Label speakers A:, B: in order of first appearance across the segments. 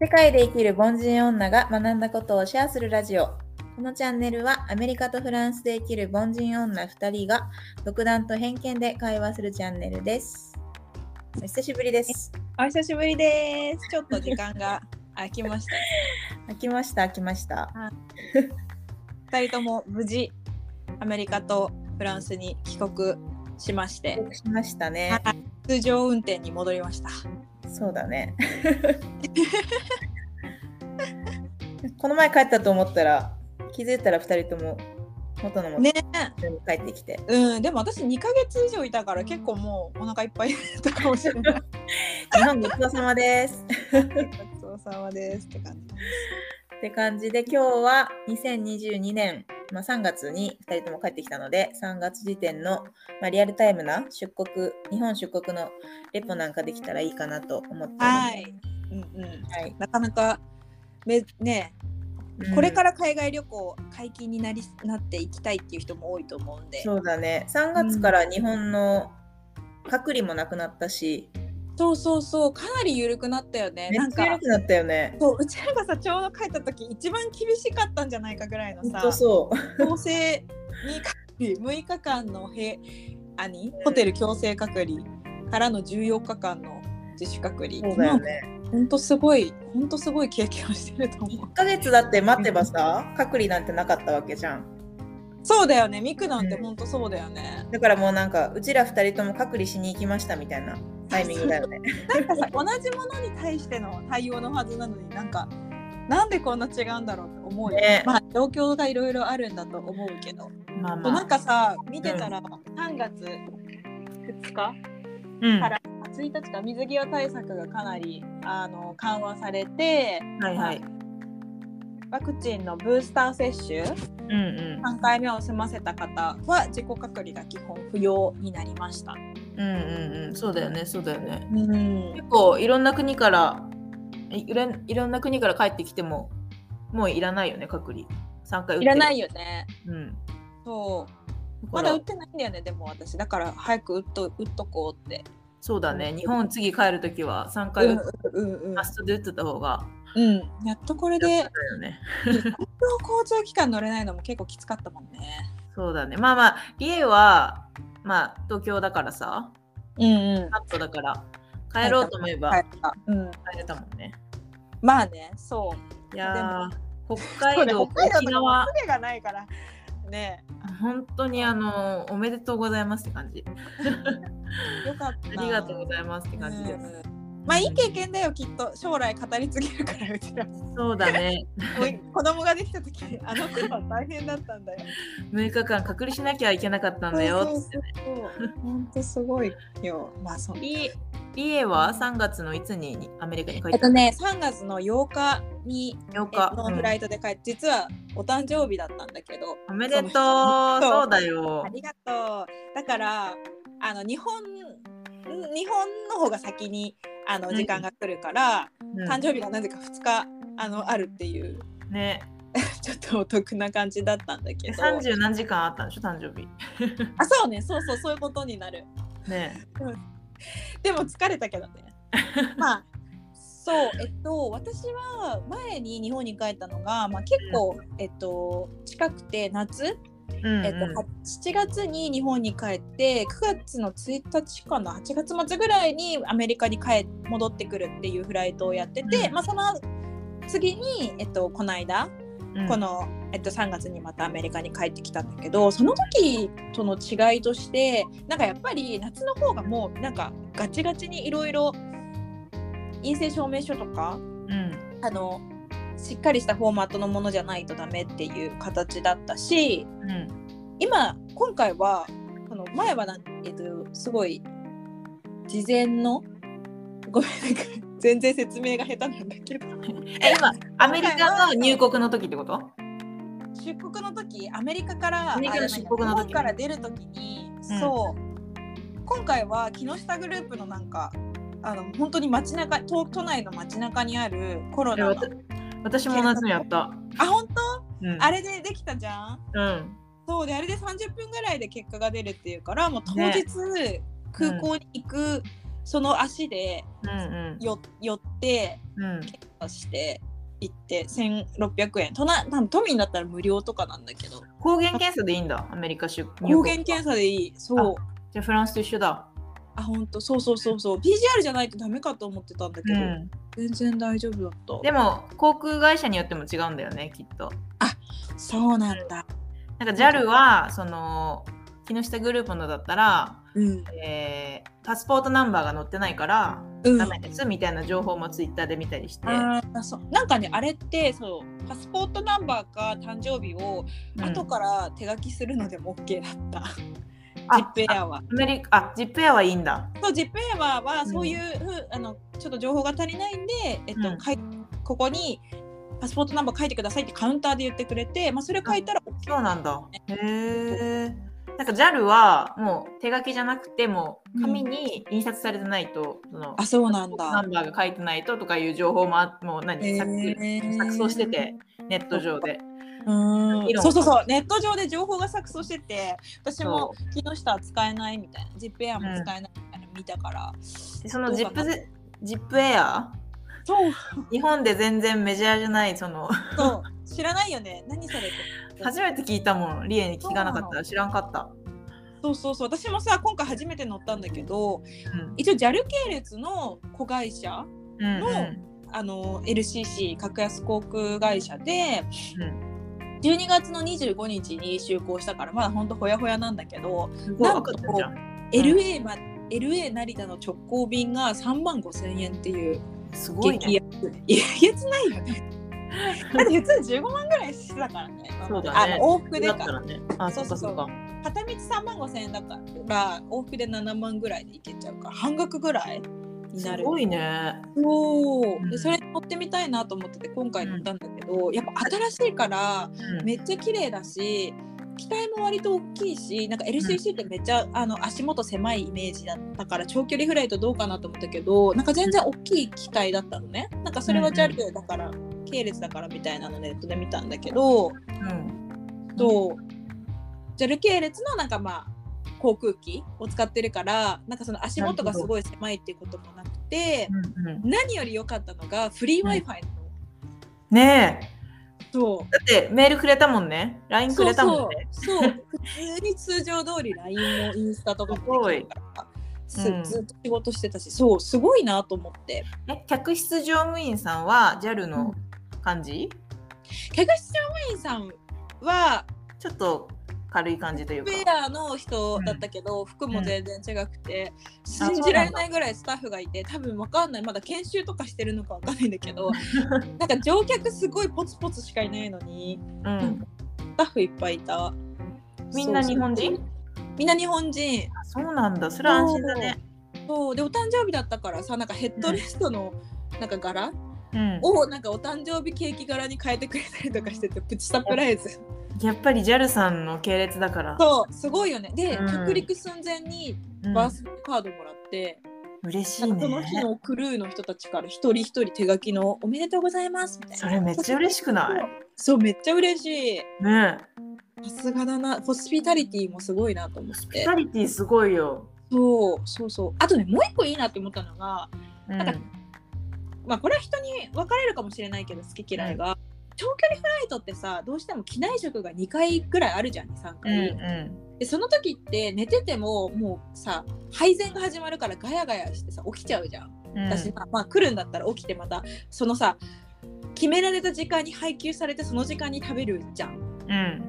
A: 世界で生きる凡人女が学んだことをシェアするラジオこのチャンネルはアメリカとフランスで生きる凡人女2人が独断と偏見で会話するチャンネルですお久しぶりです
B: お久しぶりです。ちょっと時間が空きまし
A: 飽きました飽きました
B: た。二人とも無事アメリカとフランスに帰国しまして、
A: しましたね
B: 通常運転に戻りました。
A: そうだね この前帰ったと思ったら気づいたら2人とも元の
B: ね
A: 元に帰ってきて、
B: うん、でも私2ヶ月以上いたから結構もうお腹いっぱいだったかもしれない。
A: 日本ごちそうさまです
B: ごちそうさまですって感じ。
A: って感じで今日は2022年、まあ、3月に2人とも帰ってきたので3月時点の、まあ、リアルタイムな出国日本出国のレポなんかできたらいいかなと思ってます。
B: はい。うんうん。
A: はい、
B: なかなかめね、これからら海外旅行解禁になりなっていきたいっていう人も多いと思うんで。
A: そうだね3月から日本の隔離もなくなったし、
B: そうそうそうかなり緩くなったよね。
A: め
B: な
A: っ
B: ん
A: ちゃ
B: か
A: 緩くなったよね。
B: そううちらがさちょうど帰った時一番厳しかったんじゃないかぐらいの
A: 本
B: さ
A: 当そう。
B: 強制に隔離6日間のへ何ホテル強制隔離からの14日間の自主隔離
A: そうだよね。
B: 今ほんとすごいほんとすごい経験をしてると思 う
A: 1ヶ月だって待ってばさ隔離なんてなかったわけじゃん。
B: そうだよねミクなんてほんとそうだよね、
A: だからもうなんかうちら2人とも隔離しに行きましたみたいなタイミングだ よね。
B: なん かさ同じものに対しての対応のはずなのになんかなんでこんな違うんだろうって思うよ、
A: ね
B: まあ状況がいろいろあるんだと思うけど
A: まあ
B: そうなんかさ見てたら3月2日か
A: うん、
B: ら1日か水際対策がかなりあの緩和されて
A: はいはい。
B: ワクチンのブースター接種
A: うんう
B: 3回目を済ませた方は自己隔離が基本不要になりました。
A: ん。うんうんうん。そうだよね、そうだよね。
B: うん
A: 結構いろんな国からいろんいろんな国から帰ってきてももういらないよね、隔離。3回打ってる
B: いらないよね。
A: うん。
B: そう
A: ま
B: まだ
A: だ
B: 打ってないんだよねでも私だから早く打っと打っとこうって。
A: そうだね、日本次帰るときは3
B: う
A: 回
B: ん
A: 打
B: うん
A: つ、
B: うん
A: マストで打ってた方が。
B: うん、やっとこれで
A: だよね。
B: 公共交通機関乗れないのも結構きつかったもんね。
A: そうだね。まあまあ、リエは、まあ、東京だからさ、
B: うんうん
A: カットだから、帰ろうと思えば
B: 帰った。うん、
A: 帰れたもんね。
B: まあね、そう。
A: いやー、北
B: そう
A: 海道、
B: ね北海道
A: 沖
B: とか
A: 縄
B: も、船がないから。ね、
A: 本当にあの、おめでとうございますって感じ。
B: よかった。
A: ありがとうございますって感じです。
B: うんまあいい経験だよきっと将来語り継げるからうちらも
A: そうだね。
B: う子供ができた時あの頃は大変だったんだよ。
A: 6日間隔離しなきゃいけなかったんだよっつってね。
B: 本当すごいよ。まあそう。
A: リリエは3月のいつにアメリカに帰っ
B: え
A: て
B: っとね3月の8日に
A: 8
B: え
A: 日、
B: ノーフライトで帰って実はお誕生日だったんだけど。
A: うんおめでとう
B: そう
A: そうだよ
B: あ。りがとう。だからあの日本日本の方が先にあの
A: うん
B: 時間が来るから、
A: うん
B: 誕生日がなぜか2日あのあるっていう
A: ね
B: ちょっとお得な感じだったんだけど。
A: 30何時間あったんでしょ誕生日。
B: あそうねそうそうそういうことになる。
A: ね
B: でも疲れたけどね。 まあそうえっと私は前に日本に帰ったのが、まあ、結構、えっと、近くて夏
A: うんうん
B: えっと、は7月に日本に帰って9月の1日かな8月末ぐらいにアメリカに帰戻ってくるっていうフライトをやってて、
A: うん
B: まあ、その次に、えっと、この間、
A: うん
B: この、えっと、3月にまたアメリカに帰ってきたんだけどその時との違いとしてなんかやっぱり夏の方がもうなんかガチガチにいろいろ陰性証明書とか
A: うん
B: あのしっかりしたフォーマットのものじゃないとダメっていう形だったし
A: うん
B: 今今回はこの前はなん、えっとすごい事前のごめんなんか全然説明が下手なんだけど
A: え今アメリカの入国の時ってこと
B: 出国の時アメリカから
A: アメリカの
B: あじゃない
A: 出国の時
B: 日本から出る時に、
A: うん
B: そう今回は木下グループのなんかあの本当に街中都都内の街中にあるコロ
A: え
B: ナ
A: わ
B: の
A: た私も同じのやった。
B: あ本当
A: うん、
B: あれでできたじゃん
A: うん
B: そうであれで30分ぐらいで結果が出るっていうからもう当日空港に行くその足で
A: うん
B: よ寄って
A: うん。
B: して行って1600円とな多分都民だったら無料とかなんだけど
A: 抗原検査でいいんだ、アメリカ出
B: 抗原検査でいいそう
A: じゃあフランスと一緒だ。
B: あ本当そうそうそうそう PCR じゃないとダメかと思ってたんだけど、
A: うん。
B: 全然大丈夫だった
A: でも、航空会社によっても違うんだよね、きっと。
B: そうなんだ
A: なんか JAL は、その、木下グループのだったら、
B: うん
A: えーパスポートナンバーが載ってないから、
B: うん
A: ダメですみたいな情報もツイッターで見たりして、
B: あーそうなんかねあれってそうパスポートナンバーか誕生日を
A: うん
B: 後から手書きするのでも OK だった、
A: あ
B: ジップエアは
A: アメリカあジップエアはいいんだ。
B: そうジップエアは
A: うん
B: そういうふう、あのちょっと情報が足りないんで、えっと
A: うん
B: かいここにパスポートナンバー書いてくださいってカウンターで言ってくれて、まあ、それ書いたら OK
A: そうなんだ。へえ。なんか JAL はもう手書きじゃなくてもう紙に印刷されてないと、その
B: あそうなん
A: ナ
B: だ
A: ンバーが書いてないととかいう情報もあもう何、
B: へ
A: 錯
B: ー
A: 錯綜しててネット上で。
B: うん
A: 議論
B: そうそうそうネット上で情報が錯綜してて私も
A: そ
B: 木下は使えないみたいなジップエアも使えないみたいなの見たから、
A: うでその
B: どう
A: ジ
B: か
A: ッ
B: な
A: プゼジップエア
B: そう
A: 日本で全然メジャーじゃないその
B: そう知らないよね何それって
A: 初めて聞いたもんリエに聞かなか
B: そう
A: っ
B: な
A: た知らんかった。
B: そうそうそう私もさ今回初めて乗ったんだけど
A: うん
B: 一応 JAL 系列の子会社
A: うん
B: の
A: うん
B: あの LCC 格安航空会社で、12月の25日に就航したからまだほんとほやほやなんだけど、
A: すごい
B: なんか
A: 分かったじゃん
B: LA ま LA 成田の直行便が3万5千円っていう
A: すごい
B: 激
A: ね。
B: 安、いやえげつないよ ねだって普通15万ぐらいしてたからね
A: そうだね
B: あの往復で
A: だ
B: か
A: ったらね。あ
B: そ
A: そううか
B: そうそう
A: そうか。
B: 片道3万5千円だから往復で7万ぐらいで行けちゃうから半額ぐらいにな
A: す
B: る
A: ごいね。
B: そううんでそれ乗ってみたいなと思ってて今回乗ったんだけど、やっぱ新しいからめっちゃ綺麗だし機体も割と大きいしなんか LCC ってめっちゃ、あの足元狭いイメージだったから長距離フライトどうかなと思ったけどなんか全然大きい機体だったのねなんかそれは
A: うんうん
B: JAL だから、系列だからみたいなのネットで見たんだけど、
A: うん
B: と JAL 系列のなんかまあ航空機を使ってるからなんかその足元がすごい狭いっていうこともなくて
A: うん うん
B: 何より良かったのがフリー w i f i の、
A: ねえ
B: そう
A: だってメールくれたもんね LINE くれたもんね
B: そうそう普通に通常通り LINE もインスタとかもできるから
A: すごい
B: すずっと仕事してたしそうすごいなと思って
A: え客室乗務員さんは JAL の感じ、
B: 客室乗務員さんは
A: ちょっと軽い感じという
B: フ
A: か
B: ェアの人だったけど、服も全然違くて、信じられないぐらいスタッフがいて多分わかんないまだ研修とかしてるのかわかんないんだけどなんか乗客すごいポツポツしかいないのに
A: うん、
B: スタッフいっぱいいた
A: みんな日本人
B: そうみんな日本人
A: あそうなんだそれは安心だね
B: そうでお誕生日だったからさなんかヘッドレストのなんか柄
A: うん
B: をなんかお誕生日ケーキ柄に変えてくれたりとかしててプチサプライズ
A: やっぱり JAL さんの系列だから
B: そうすごいよねで
A: うん
B: 着陸寸前に
A: うん
B: バースデーカードもらって、
A: 嬉し
B: ないんかその日
A: ね
B: のクルーの人たちから一人一人手書きの「おめでとうございます」みたいな
A: それめっちゃ嬉しくない
B: そうめっちゃ嬉しい
A: ねえ
B: さすがだなホスピタリティもすごいなと思っ
A: ピ
B: て
A: タリティすごいよ、
B: そうそうそうあとねもう一個いいなって思ったのが
A: うん
B: なんかまあこれは人に分かれるかもしれないけど好き嫌いが、長距離フライトってさどうしても機内食が2回ぐらいあるじゃん23
A: うん
B: 回、でその時って寝ててももうさ配膳が始まるからガヤガヤしてさ起きちゃうじゃん、
A: うんうん
B: 私まあまあ来るんだったら起きてまたそのさ決められた時間に配給されてその時間に食べるじゃん
A: うん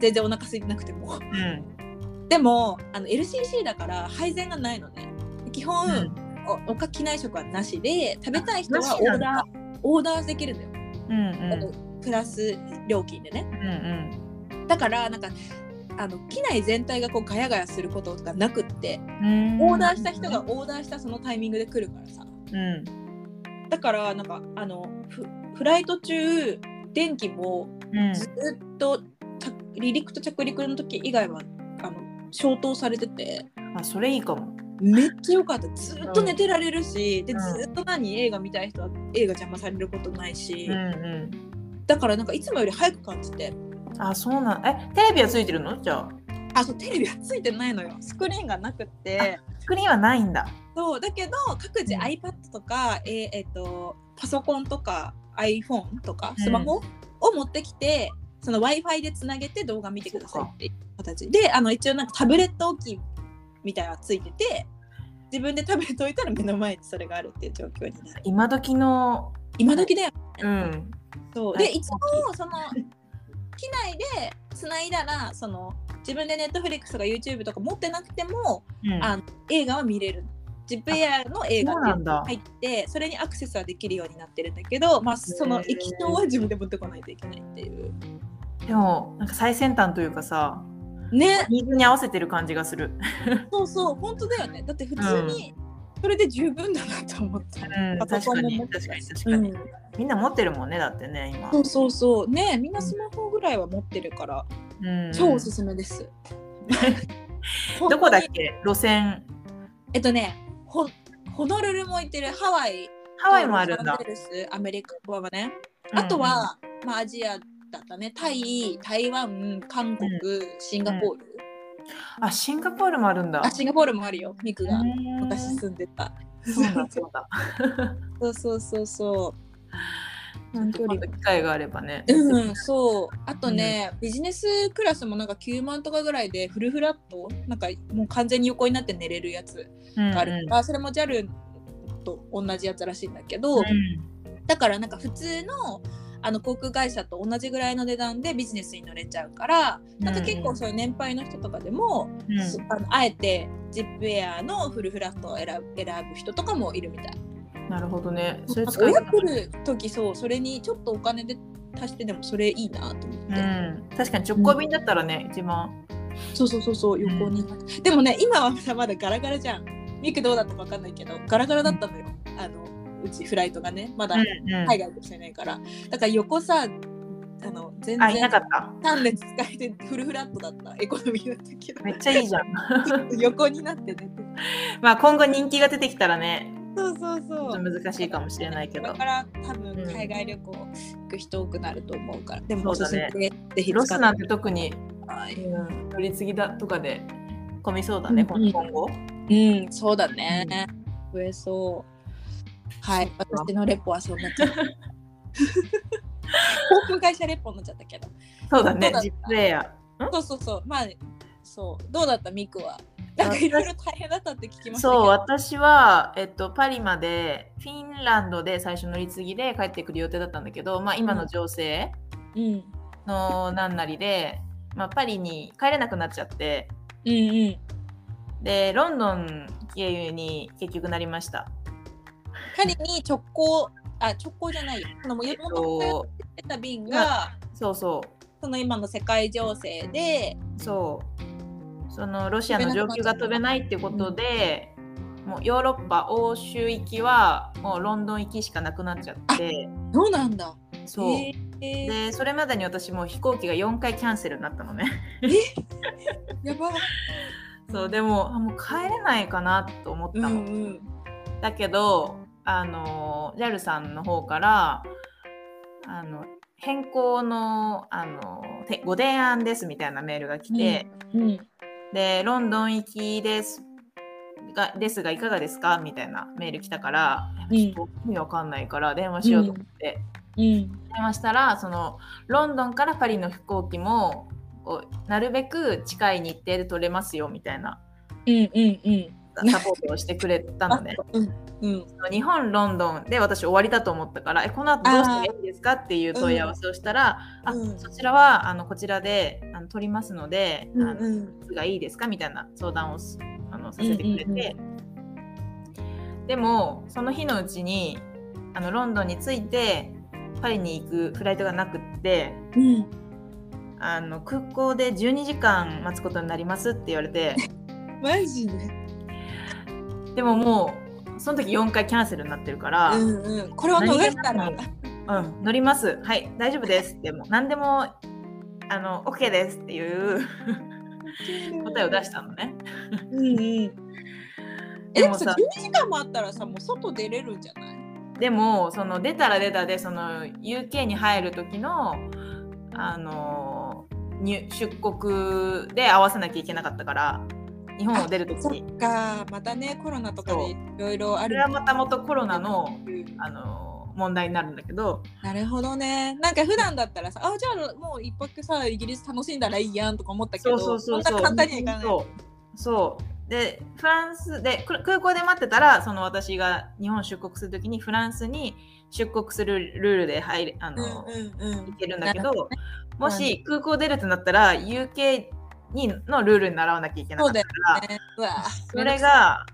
B: 全然お腹空いてなくても
A: うん
B: でもあの LCC だから配膳がないのね基本、おおか機内食はなしで食べたい人
A: な
B: は
A: し
B: オ
A: な
B: ー
A: んだ
B: ダーオーダーできるのよ
A: うんうんうん
B: プラス料金でね
A: うん
B: だからなんかあの機内全体がこうガヤガヤすることがなくって
A: うん
B: オーダーした人がオーダーしたそのタイミングで来るからさ
A: うん
B: だからなんかあのフフライト中電気も
A: うん
B: ずっと着離陸と着陸の時以外はあの消灯されてて
A: あそれいいかも
B: めっちゃ良かったずっと寝てられるし、で
A: うん
B: ずっと何映画見たい人は映画邪魔されることないし、
A: うん
B: だからなんかいつもより早く感じて
A: うんあそうなんえテレビはついてるのじゃあ
B: ああそうテレビはついてないのよスクリーンがなくって
A: スクリーンはないんだ。
B: そうだけど各自
A: うん
B: iPad とか、えーえーとパソコンとか iPhone とかスマホを持ってきて、その w i f i でつなげて動画見てくださいっていう形であの一応なんかタブレット置きみたいなのがついてて自分でタブレット置いたら目の前にそれがあるっていう状況になる
A: 今時の、
B: 今時だよ
A: うん。
B: そう
A: は
B: で
A: い
B: 一応その機内でつないだらその自分で Netflix とか YouTube とか持ってなくても
A: うん、
B: あ映画は見れる ZIPAir の映画
A: そうなんだ
B: 入ってそれにアクセスはできるようになってるんだけど、まあ、その液晶は自分で持ってこないといけないっていう
A: でもなんか最先端というかさ
B: ね
A: ニーズに合わせてる感じがする。
B: そうそう本当だよねだって普通にそれで十分だなと思った、
A: うん、
B: パ
A: 確
B: ソコ
A: か
B: ンも
A: に
B: 持って
A: 確かに確
B: う
A: かに、
B: ん、
A: みんな持ってるもんねだってね今
B: そうそうそうねみんなスマホぐらいは持ってるから、
A: うん
B: 超おすすめです。
A: どこだっけ路線
B: えっとね、ホホノルルも行ってる、ハワイ、
A: ハワイもあるん
B: ロ
A: だ
B: サンゼ。ルス、アメリカはね。
A: うん
B: あとは、まあ、アジアだったね、タイ、台湾、韓国、シンガポール、
A: あシンガポールもあるんだ。
B: あ、シンガポールもあるよ、ミクが。
A: うん
B: 私住んでた。
A: そうだそうだ。
B: そうそうそうそ
A: 本当に機会があればね。
B: う。うん、そう。あとね、ビジネスクラスもなんか9万とかぐらいで、フルフラット、なんかもう完全に横になって寝れるやつ
A: うん
B: があるから、それも JAL と同じやつらしいんだけど、
A: うん
B: だからなんか普通のあの航空会社と同じぐらいの値段でビジネスに乗れちゃうからなんか結構そういう年配の人とかでも、
A: うん
B: すあのあえてジップエアのフルフラットを選ぶ選ぶ人とかもいるみたい。
A: なるほどね。それ
B: なんか
A: 使い
B: 親
A: 方
B: 来る時そうそれにちょっとお金で足してでもそれいいなと思っ
A: う
B: て、
A: ん、確かに直行便だったらね、一番。
B: そうそうそうそう横に、でもね今はまだまだガラガラじゃんミクどうだったか分かんないけどガラガラだったのよあのうちフライトがねまだ
A: うん
B: 海外としてないからだから横さあの全
A: あいな
B: 然
A: かった。
B: 単列使えてフルフラットだったエコノミーだった けど
A: めっちゃいいじゃん。
B: 横になってね
A: まあ今後人気が出てきたらね、
B: そうそう
A: ちょっ
B: そ
A: と
B: う
A: 難しいかもしれないけ
B: こ
A: ど
B: れ。から多分海外旅行行く人多くなると思うから、でもお
A: そ
B: す
A: う
B: す
A: だ
B: め
A: ね
B: でぜひ
A: ロ
B: 使
A: ス
B: っ
A: なんて特に
B: てください
A: 乗り継ぎだとかで混みそうだね、
B: うんうん
A: 今後。
B: うんそうだね、増えそうはい私のレポはそんな 感じ航空会社レポになっちゃったけど
A: そうだね
B: そうだ、
A: ジップエア。
B: そうそうそうまあそうどうだったミクはなんかいろいろ大変だったって聞きましたけ
A: そう、
B: ど
A: 私は、えっと、パリまでフィンランドで最初乗り継ぎで帰ってくる予定だったんだけど、まあ、今の情勢
B: うん
A: のなんなりで、まあ、パリに帰れなくなっちゃって
B: うんうん
A: でロンドン経由に結局なりました。
B: パリに直行あ直行じゃないよそのも
A: えっ
B: ともと
A: と、
B: 出た便が
A: そうそう
B: その今の世界情勢で
A: そうそのロシアの上級が飛べないっていうことで、もうヨーロッパ欧州行きはもうロンドン行きしかなくなっちゃって
B: そうなんだ
A: そう、
B: えー
A: でそれまでに私もう飛行機が4回キャンセルになったのね
B: やば
A: そうでもあもう帰れないかなと思った
B: う
A: の、
B: んうん
A: だけどあの JAL さんの方からあの変更のあのてご提案ですみたいなメールが来て、
B: うん
A: で、ロンドン行きですがですが、いかがですかみたいなメール来たから、
B: うん
A: ちょっと意味わかんないから電話しようと思って、
B: う
A: 電
B: ん
A: 話したら、そのロンドンからパリの飛行機もこうなるべく近い日程で取れますよみたいな
B: うんうんうん
A: サポートをしてくれたの ね。
B: うん
A: 日本、ロンドンで私終わりだと思ったから、えこの後どうしたらいいですかっていう問い合わせをしたら、
B: あ
A: あ
B: うん
A: そちらはあのこちらであの取りますので、
B: う
A: あの
B: ん
A: いつがいいですかみたいな相談をすあのさせてくれて、
B: うんうん
A: でもその日のうちにあのロンドンに着いてパリに行くフライトがなくって
B: うん
A: あの空港で12時間待つことになりますって言われて
B: マジで
A: でももうその時4回キャンセルになってるから、
B: う
A: うん
B: んうんこれを逃したら
A: 何気乗りますはい大丈夫ですってもう何でもあの OK ですっていう答えを出したのね。
B: うんうんえでも
A: で
B: さ
A: もさ
B: 12時間もあったらさもう外出れるんじゃない
A: でもその出たら出たでその UK に入る時のあの入出国で合わせなきゃいけなかったから日本を出るとき
B: そ
A: に
B: っかまたねコロナとか
A: そう
B: でいろいろあ
A: そ
B: る
A: れはまたもとコロナの
B: うん
A: あの問題になるんだけど
B: なるほどねなんか普段だったらさあじゃあもう一泊さイギリス楽しんだらいいやんとか思ったけ
A: そ
B: ど
A: うそうそう
B: そん
A: そう
B: な簡単にはいかない
A: そうそうでフランスでく空港で待ってたらその私が日本出国するときにフランスに出国するルールで入れあ
B: う
A: の、
B: んうんうん
A: 行けるんだけど
B: なるほ
A: もし空港出るとなったら UK にのルールに習わなきゃいけなかったから
B: どねうわ
A: そ,、れが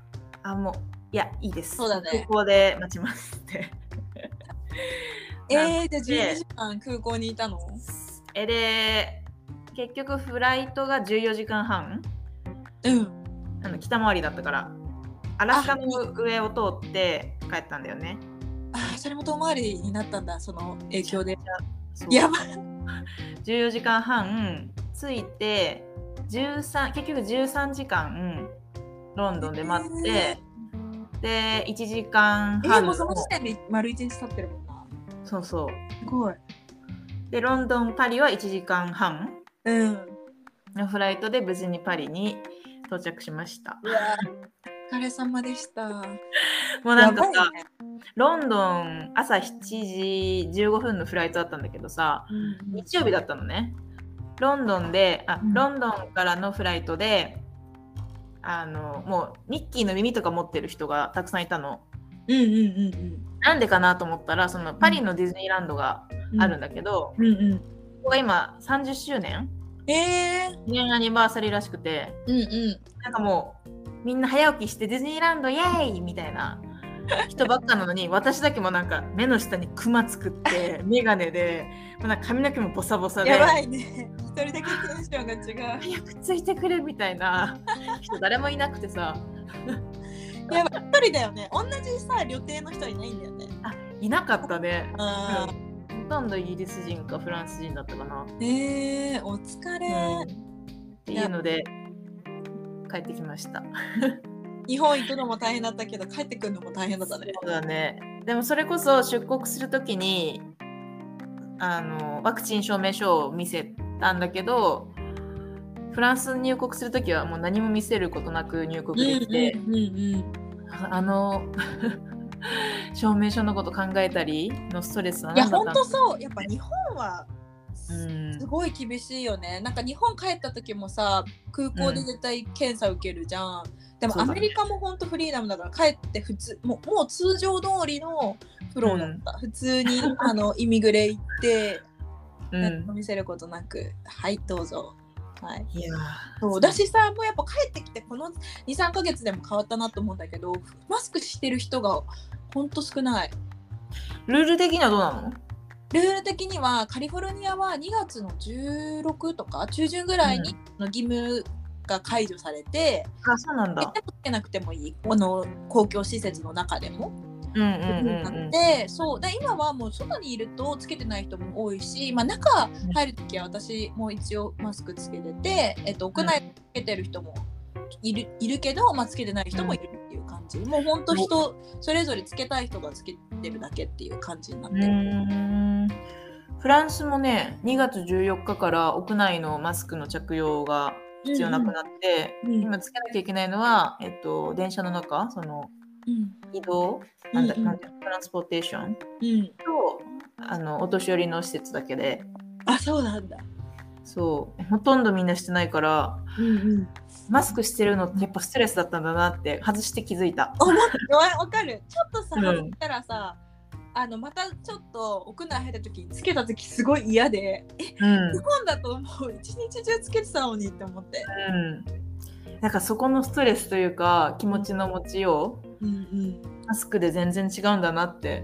A: あもういやいいです
B: そうだね
A: 空港で待ちますって
B: えー、じゃあ12時間空港にいたの
A: えで結局フライトが14時間半
B: うん
A: あの北回りだったからアラスカの上を通って帰ったんだよね
B: ああそれも遠回りになったんだその影響で
A: そう
B: やば
A: 14時間半着いて13結局13時間ロンドンで待って、で1時間
B: え
A: 半
B: もうその時点で丸一日経ってるもんな
A: そうそう
B: すごい
A: でロンドンパリは1時間半
B: うんう
A: のフライトで無事にパリに到着しました
B: わお疲れ様でした
A: もうなんか
B: やば
A: さ
B: いね
A: ロンドン朝7時15分のフライトだったんだけどさ
B: うん
A: 日曜日だったのねロンドンであ
B: うん
A: ロンドンからのフライトであのもうミッキーの耳とか持ってる人がたくさんいたの
B: うんうんうん
A: なんでかなと思ったらそのパリのディズニーランドが
B: うん
A: あるんだけど、
B: うんう
A: ここが今30周年
B: んえー、
A: 記念アニバーサリーらしくて
B: うんうん
A: なんかもうみんな早起きしてディズニーランドイエーイみたいな人ばっかなの に私だけもなんか目の下にクマ作って眼鏡でもうなんか髪の毛もボサボサで
B: やばいね。一人だけテンションが違
A: 早くついてくれみたいな人誰もいなくてさ
B: う。やばい。一人だよね。同じさ、旅程の人いないんだよね。
A: いなかったね
B: あ
A: ほとんどイギリス人かフランス人だったかな、
B: ーえー、お疲れ。
A: っていうので帰ってきました
B: 日本行くのも大変だったけど、帰ってくるのも大変だったね。
A: そうだね。でもそれこそ出国するときにあのワクチン証明書を見せたんだけどフランス入国するときはもう何も見せることなく入
B: うん
A: 国できて、
B: うんうん
A: あの 証明書のこと考えたりのストレスは
B: うん。いや、
A: 何だ
B: ほ
A: っ
B: ん
A: た
B: と
A: の
B: そう。やっぱ日本は。
A: うん
B: すごい厳しいよね。なんか日本帰った時もさ、空港で絶対検査受けるじゃん。でも
A: そ
B: ア
A: うだね
B: メリカも本当フリーダムだから帰って普通もうもう通常通りのフローだった、普通にあのイミグレ行って
A: う
B: 何
A: ん
B: も見せることなく、はいどうぞはい
A: いや
B: そうだしさもうやっぱ帰ってきてこの23ヶ月でも変わったなと思うんだけどマスクしてる人がほんと少ない
A: ルール的にはどうなの
B: ルール的にはカリフォルニアは2月の16とか中旬ぐらいにの義務が解除されて、
A: あそうなん
B: で
A: だ。
B: つけなくてもいいこの公共施設の中でも
A: うんうん
B: な
A: うんうん
B: ってそうで今はもう外にいるとつけてない人も多いし、まあ、中入る時は私も一応マスクつけてて、えっと、屋内つけてる人もいるいるけど、まあ、つけてない人もいるっていう感じ、もうほんと人それぞれつけたい人がつけてるだけっていう感じになって
A: う
B: る。
A: ーんフランスもね2月14日から屋内のマスクの着用が必要なくなって、
B: うんうん
A: 今つけなきゃいけないのは、えっと、電車の中その
B: うん
A: 移動なんだ、
B: うんうん
A: なんていうのトランスポーテーションと
B: うん、
A: あのお年寄りの施設だけで
B: あそうなんだ。
A: そうほとんどみんなしてないから
B: うんうん。
A: マスクしてるのってやっぱストレスだったんだなって外して気づいた。
B: わかる。ちょっとさ、
A: うん
B: 外したらさ、あのまたちょっと屋内入った時につけた時すごい嫌で、え
A: うん
B: 日本だともう一日中つけてたのにって思って。
A: うん、なんかそこのストレスというか気持ちの持ちよう
B: うんうん。
A: マスクで全然違うんだなって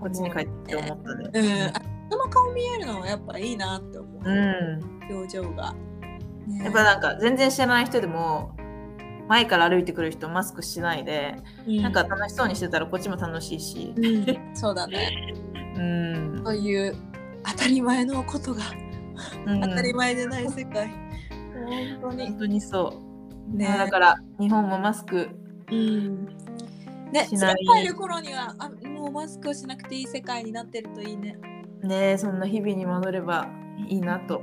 A: こっちに帰って思ったね。
B: うん。あ人の顔見えるのはやっぱいいなって思
A: う
B: う。
A: ん、
B: 表情が。ね
A: やっぱなんか全然知らない人でも前から歩いてくる人マスクしないでなんか、楽しそうにしてたらこっちも楽しいし
B: う、ん、そうだね。
A: うん
B: そういう当たり前のことが
A: うん、
B: 当たり前でない世界。本当に
A: 本。当にそう、
B: ね
A: まあだから日本もマスク
B: うん。ね、
A: しない
B: 次入る頃にはあもうマスクをしなくていい世界になってるといいね。
A: ねそんな日々に戻ればいいなと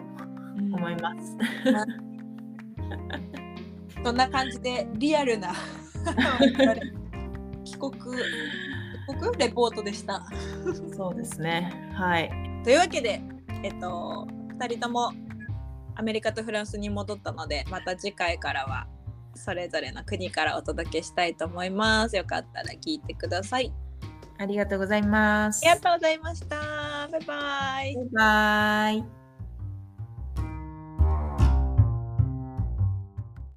A: 思います。
B: そんな感じでリアルな 帰国帰国レポートでした。
A: そうですね。はい。
B: というわけで、えっと、2人ともアメリカとフランスに戻ったのでまた次回からはそれぞれの国からお届けしたいと思います。よかったら聞いてください。
A: ありがとうございます。
B: ありがとうございました。バイバイ。
A: バイバイ。